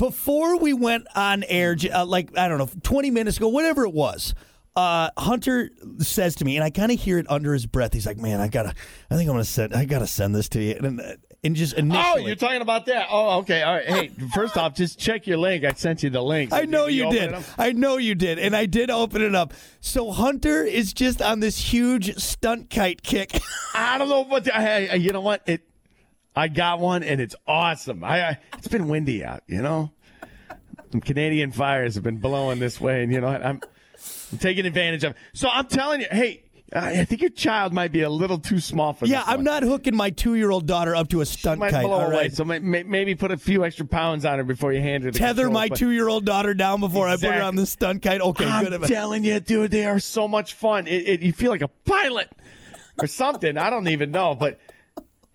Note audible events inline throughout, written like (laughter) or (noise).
before we went on air, j- uh, like I don't know, 20 minutes ago, whatever it was. Uh, Hunter says to me, and I kind of hear it under his breath. He's like, "Man, I gotta, I think I'm gonna send, I gotta send this to you." And uh, and just Oh, initially, you're talking about that. Oh, okay. All right. (laughs) Hey, first off, just check your link. I sent you the link. I know you open did. it up? I know you did. And I did open it up. So Hunter is just on this huge stunt kite kick. (laughs) I don't know what. The, I, I- you know what? It. I got one, and it's awesome. I, I. It's been windy out. You know, Some Canadian fires have been blowing this way, and you know what? I'm, I'm taking advantage of. it. So I'm telling you, hey, I I think your child might be a little too small for yeah, this. I'm one. not hooking my two year old daughter up to a stunt Might kite. blow All away. right. So may, may, maybe put a few extra pounds on her before you hand her the Tether controls, my but- two year old daughter down before I put her Exactly. on the stunt kite. Okay, good. I'm telling you, dude, they are so much fun. It, it, you feel like a pilot or something. I don't even know, but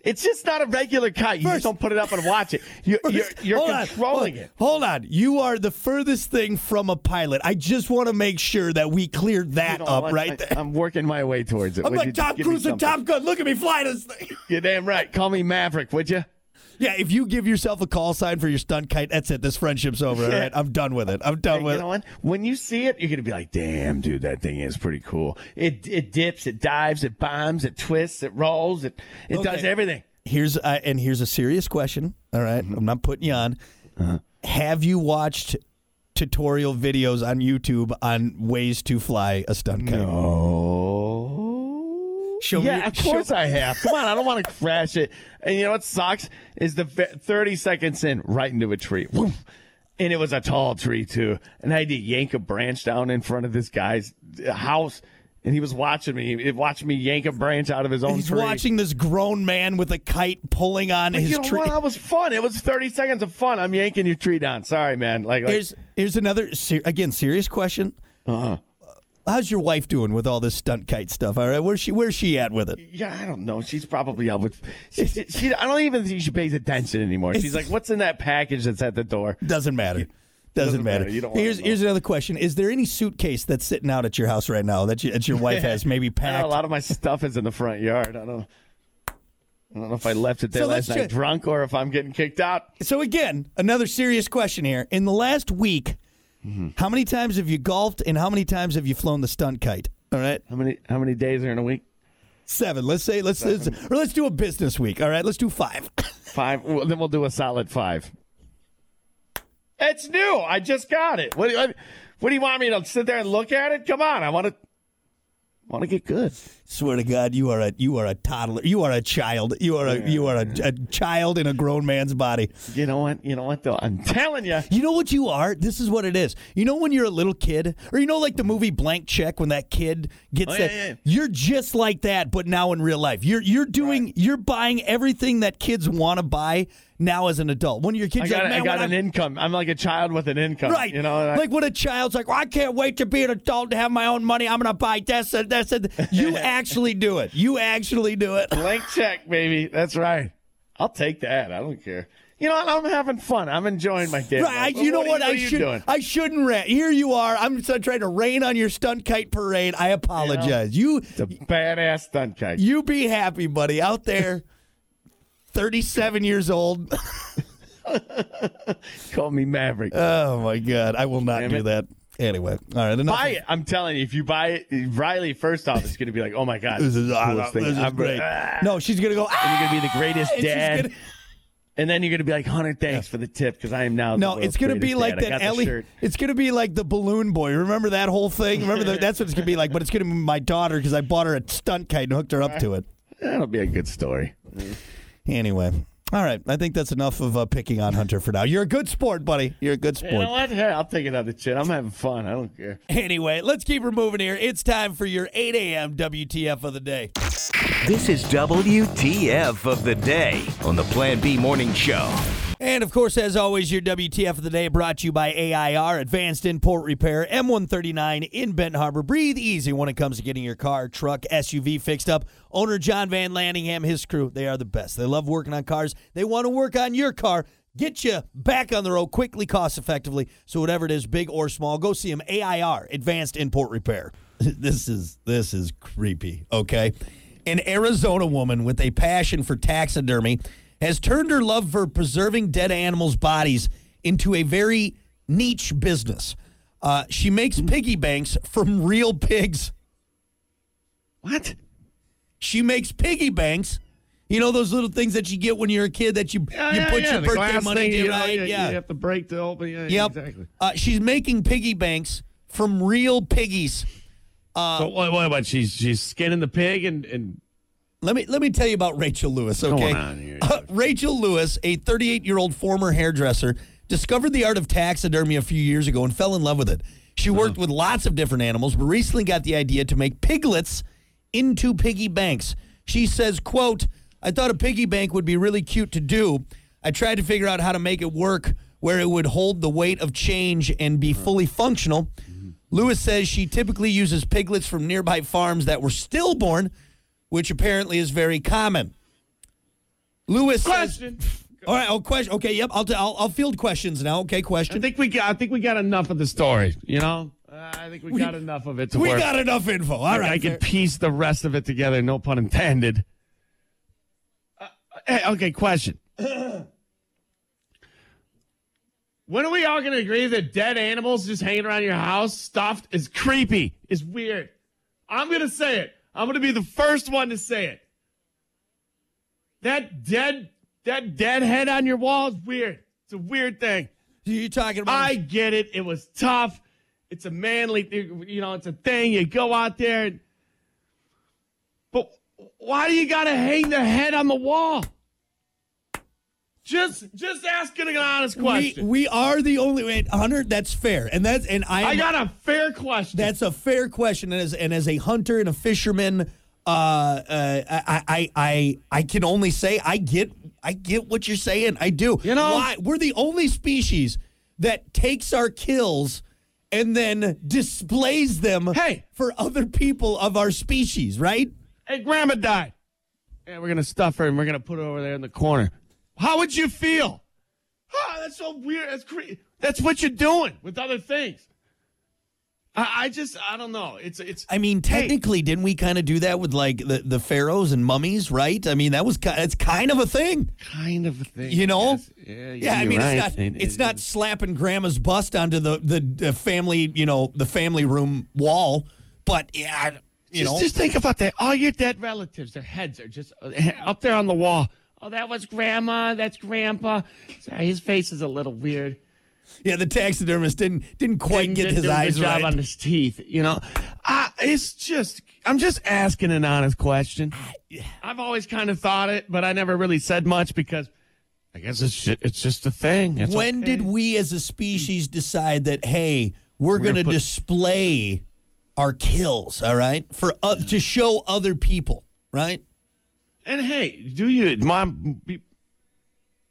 it's just not a regular kite. You First- just don't put it up and watch it. You, are you're you're Hold on, controlling hold- it. Hold on. You are the furthest thing from a pilot. I just want to make sure that we cleared that You know, up I- right I, there. I'm working my way towards (laughs) it. I'm Would you like just Tom give me Cruise and something? Top Gun. Look at me fly this thing. (laughs) You're damn right. Call me Maverick, would you? Yeah, if you give yourself a call sign for your stunt kite, that's it. This friendship's over. All Yeah. (laughs) right, I'm done with it. I'm done Hey, with you it. know what? When you see it, you're gonna be like, "Damn, dude, that thing is pretty cool." It it dips, it dives, it bombs, it twists, it rolls, it it does Okay. everything. Here's uh, and here's a serious question. All right? Mm-hmm. I'm not putting you on. Uh-huh. Have you watched tutorial videos on YouTube on ways to fly a stunt kite? Oh. Show me yeah, your- of course I have. Come on, I don't want to crash it. And you know what sucks is the ve- 30 seconds in, right into a tree. Woof. And it was a tall tree too. And I had to yank a branch down in front of this guy's uh, house. And he was watching me. He watched me yank a branch out of his own He's tree. watching this grown man with a kite pulling on you his know tree. what? That was fun. It was 30 seconds of fun. I'm yanking your tree down. Sorry, man. Like, like Here's here's another ser- again serious question. Uh-huh. How's your wife doing with all this stunt kite stuff? All right, where's she where's she at with it? Yeah, I don't know. She's probably up with. She, she, she- I don't even think she pays attention anymore. She's like, "What's in that package that's at the door?" Doesn't matter. Doesn't, doesn't matter. matter. You don't wanna Here's know. here's another question: Is there any suitcase that's sitting out at your house right now that, you, that your wife has (laughs) maybe Yeah, packed? a lot of my stuff is in the front yard. I don't know. I don't know if I left it there So let's last night ju- drunk or if I'm getting kicked out. so again, another serious question here. In the last week, Mm-hmm. how many times have you golfed and how many times have you flown the stunt kite? All right, How many how many days are in a week? seven. Let's say let's, let's or let's do a business week. All right, let's do five. Five. Well, then we'll do a solid five. It's new. I just got it. What do you, what do you want me to sit there and look at it? Come on, I want to want to get good. Swear to God, you are a you are a toddler. You are a child. You are a you are a, a child in a grown man's body. You know what? You know what though? I'm telling you. You know what you are? This is what it is. You know when you're a little kid, or you know like the movie Blank Check when that kid gets Oh, that. yeah, yeah. You're just like that, but now in real life. You're you're doing you're buying everything that kids want to buy now as an adult. When you're a kid, I you're got, like, man, I got when an I'm- income. I'm like a child with an income. Right. You know, and I- like when a child's like, well, I can't wait to be an adult to have my own money. I'm going to buy this and this and th-" (laughs) You actually do it. You actually do it. blank check, baby. That's right. I'll take that. I don't care. You know, what? I'm having fun. I'm enjoying my day. Right, I, you know what? Are I you should. doing? I shouldn't rant. Here you are. I'm so- trying to rain on your stunt kite parade. I apologize. You, It's a badass stunt kite. you be happy, buddy. Out there, 37 years old. (laughs) Call me Maverick. Oh my God, I will not Damn do it. that. Anyway, all right. Enough. buy it. I'm telling you, if you buy it, Riley, first off, is going to be like, oh my God. This is, the uh, coolest thing. this is I'm- great. Ah. No, she's gonna go. And Ah! you're going to be the greatest And she's dad. gonna- and then you're going to be like, Hunter, thanks for the tip because I am now. No, the world's it's gonna be greatest like dad. I that got the Ellie. shirt. It's gonna be like the balloon boy. Remember that whole thing? Remember the, that's what it's gonna be like. But it's gonna be my daughter because I bought her a stunt kite and hooked her up to it. That'll be a good story. Anyway, all right. I think that's enough of uh, picking on Hunter for now. You're a good sport, buddy. You're a good You sport. know what? Hey, I'll take another chin. I'm having fun. I don't care. Anyway, let's keep her moving here. It's time for your 8 a.m. WTF of the day. This is WTF of the day on the Plan B Morning Show. And of course, as always, your WTF of the day brought to you by AIR, Advanced Import Repair, M139 in Benton Harbor. Breathe easy when it comes to getting your car, truck, SUV fixed up. Owner John Van Lanningham, his crew, they are the best. They love working on cars. They want to work on your car. Get you back on the road quickly, cost effectively. So whatever it is, big or small, go see them. AIR, Advanced Import Repair. (laughs) this is this is creepy. Okay, an Arizona woman with a passion for taxidermy has turned her love for preserving dead animals' bodies into a very niche business. Uh, she makes Mm. piggy banks from real pigs. What? She makes piggy banks. You know those little things that you get when you're a kid that you Yeah, you yeah, put yeah, your the birthday glass money thing, to, you know, right? you- yeah. You have to break the open. Yeah, Yep. exactly. Uh, she's making piggy banks from real piggies. Uh, so what, what about she's she's skinning the pig and and Let me let me tell you about Rachel Lewis. Okay, on here. Uh, (laughs) Rachel Lewis, a 38 year old former hairdresser, discovered the art of taxidermy a few years ago and fell in love with it. She worked with lots of different animals, but recently got the idea to make piglets into piggy banks. She says, "quote I thought a piggy bank would be really cute to do. I tried to figure out how to make it work where it would hold the weight of change and be fully functional." Lewis says she typically uses piglets from nearby farms that were stillborn which apparently is very common. Lewis says- question. all right, oh, question. Okay, yep. I'll, t- I'll I'll field questions now. Okay, I question. think we got I think we got enough of the story. You know, uh, I think we, got enough of it to We work. got enough info. All I- right, I can piece the rest of it together. No pun intended. Uh, hey, okay, question. (clears throat) when are we all going to agree that dead animals just hanging around your house, stuffed, is creepy? Is weird? I'm going to say it. I'm going to be the first one to say it. That dead, that dead head on your wall is weird. It's a weird thing. you talking about? I get it. It was tough. It's a manly, thing, you know, it's a thing. You go out there, and, but why do you gotta hang the head on the wall? Just, just asking an honest we, question. we are the only wait, hunter. That's fair, and that's and I. am- I got a fair question. that's a fair question, and as and as a hunter and a fisherman, uh, uh, I, I I I can only say I get I get what you're saying. I do. You know- why we're the only species that takes our kills and then displays them Hey. for other people of our species, right? hey, Grandma died, and we're gonna stuff her, and we're gonna put her over there in the corner. How would you feel? Ah, that's so weird. That's cre- That's what you're doing with other things. I, I just, I don't know. It's, it's. I mean, technically, didn't we kind of do that with like the, the pharaohs and mummies, right? I mean, that was ki- that's kind of a thing. kind of a thing. You know? yes. Yeah, Yeah, I you're mean right. it's not It- it's it- not slapping grandma's bust onto the the uh, family you know the family room wall, but yeah, I- you just, know just think about that. All your dead relatives, their heads are just uh, up there on the wall. Oh, that was grandma. That's grandpa. Sorry, his face is a little weird. yeah the taxidermist didn't didn't quite Didn't- get didn't his do a good eyes job right. on his teeth. You know, I, it's just I'm just asking an honest question. I've always kind of thought it, but I never really said much because I guess it's ju- it's just a thing. It's when okay. did we as a species decide that hey we're, gonna, put- display our kills all right for uh, to show other people right? And hey, do you, mom? be-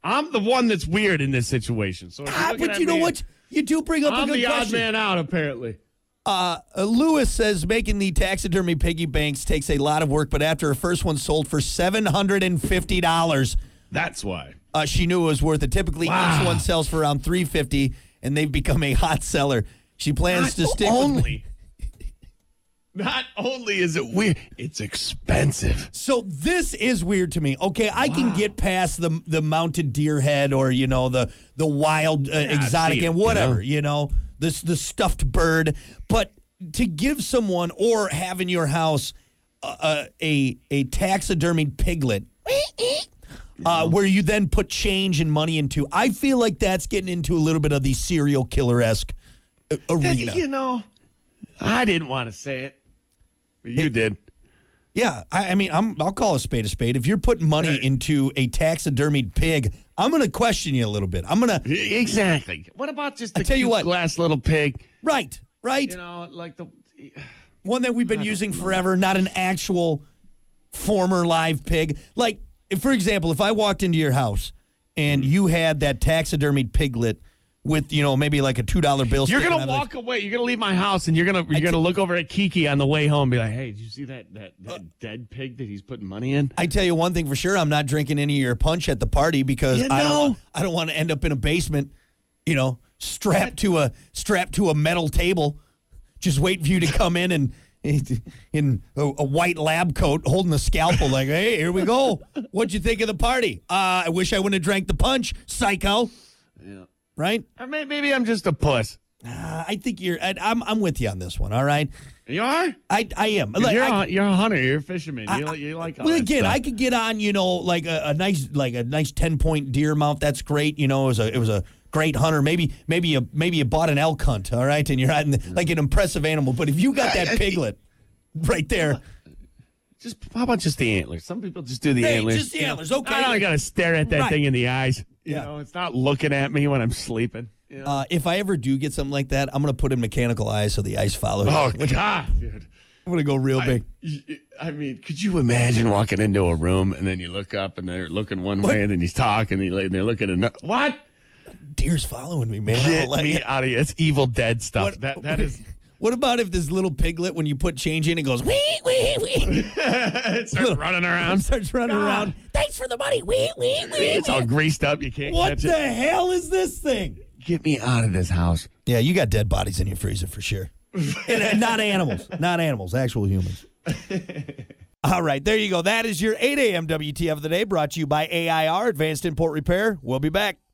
I'm the one that's weird in this situation. So, if you're Ah, looking but at you know me, what you do bring up I'm a good the odd question. man out, apparently. Uh, Lewis says making the taxidermy piggy banks takes a lot of work, but after her first one sold for seven hundred and fifty dollars, That's why. uh, she knew it was worth it. Typically, each Wow. one sells for around three fifty, and they've become a hot seller. She plans to stick with- only. Not only is it weird, it's expensive. so this is weird to me. Okay, I can get past the the mounted deer head or you know the the wild uh, exotic see it, and whatever you know this the stuffed bird, but to give someone or have in your house a a, a taxidermied piglet. Uh, where you then put change and money into. I feel like that's getting into a little bit of the serial killer esque arena. You know, I didn't want to say it, but you did. Yeah, I, I mean, I'm, I'll call a spade a spade. If you're putting money into a taxidermied pig, I'm going to question you a little bit. I'm going to Exactly. What about just the tell you cute what. glass little pig? right, right, You know, like the. one that we've been using forever, not an actual former live pig. Like, if, for example, if I walked into your house Mm-hmm. and you had that taxidermied piglet with, you know, maybe like a two dollar bill, You're sticking gonna out of the- walk away. You're gonna leave my house, and you're gonna you're gonna look over at Kiki on the way home, and be like, "Hey, did you see that that, that dead pig that he's putting money in?" I tell you one thing for sure, I'm not drinking any of your punch at the party because You I don't know? want, I don't want to end up in a basement, you know, strapped to a strapped to a metal table, just waiting for you to come in and (laughs) in a, a white lab coat holding a scalpel like, "Hey, here we go. What'd you think of the party?" Uh, I wish I wouldn't have drank the punch, psycho. Yeah. right? I mean, maybe I'm just a puss. Uh, I think you're. I, I'm I'm with you on this one. All right, You are? I I am. Like, you're, I- a, you're a hunter. You're a fisherman. you, I- li- you like all well, that again, stuff. I could get on, you know, like a, a nice, like a nice ten point deer mount. That's great. You know, it was a it was a great hunter. Maybe maybe you maybe you bought an elk hunt, all right, and you're on the, like an impressive animal. But if you got that piglet right there, Just how about just the antlers? Some people just do the Hey, antlers. just the you know. antlers, okay. I don't gotta stare at that Right. thing in the eyes. You Yeah. know, it's not looking at me when I'm sleeping. you know? uh, if I ever do get something like that, I'm gonna put in mechanical eyes so the ice follows. oh Ah. God, dude. I'm gonna go real big. Y- I mean, could you imagine walking into a room and then you look up and they're looking one way and then he's talking and, he, and they're looking another? What? Deer's following me, man. I don't Get like me it. out of here! It's Evil Dead stuff. What- that that is. (laughs) (laughs) What about if this little piglet, when you put change in, it goes wee wee wee, it starts running around. starts running God. around. Thanks for the money. Wee wee wee. It's all greased up. You can't What catch the it. hell is this thing? Get me out of this house. Yeah, you got dead bodies in your freezer for sure. (laughs) and, and not animals, not animals, actual humans. (laughs) All right, there you go. That is your 8 a.m. WTF of the day brought to you by AIR, Advanced Import Repair. We'll be back.